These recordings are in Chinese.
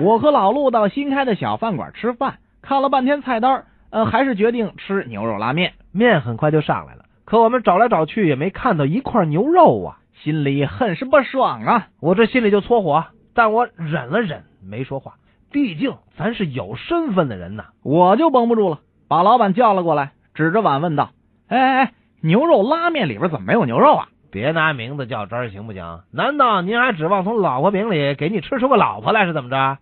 我和老陆到新开的小饭馆吃饭，看了半天菜单，呃，还是决定吃牛肉拉面，面很快就上来了，可我们找来找去也没看到一块牛肉啊！心里很是不爽啊。我这心里就搓火，但我忍了忍，没说话。毕竟咱是有身份的人呐。我就绷不住了，把老板叫了过来，指着碗问道：“哎哎哎，牛肉拉面里边怎么没有牛肉啊？别拿名字较真儿行不行？难道您还指望从老婆饼里给你吃出个老婆来是怎么着？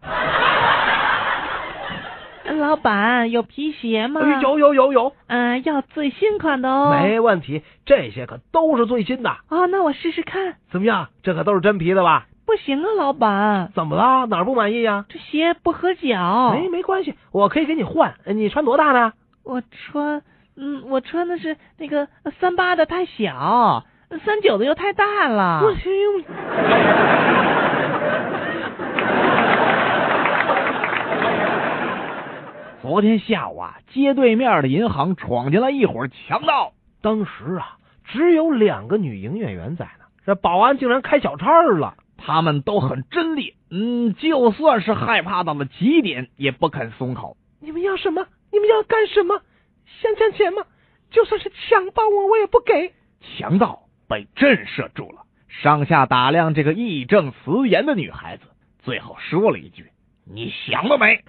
老板有皮鞋吗？哎有有有有，嗯、要最新款的哦。没问题，这些可都是最新的。哦，那我试试看。怎么样？这可都是真皮的吧？不行啊，老板，怎么啦？哪儿不满意呀、这鞋不合脚。没没关系，我可以给你换。你穿多大呢？我穿，嗯，我穿的是那个三八的太小，三九的又太大了。不行，昨天下午啊，街对面的银行闯进来一伙强盗，当时啊，只有两个女营业员在呢，这保安竟然开小差儿了。他们都很真力，嗯，就算是害怕到了极点，也不肯松口。你们要什么？你们要干什么？想抢钱吗？就算是强暴我，我也不给。强盗被震慑住了，上下打量这个义正辞严的女孩子，最后说了一句：“你想得美。”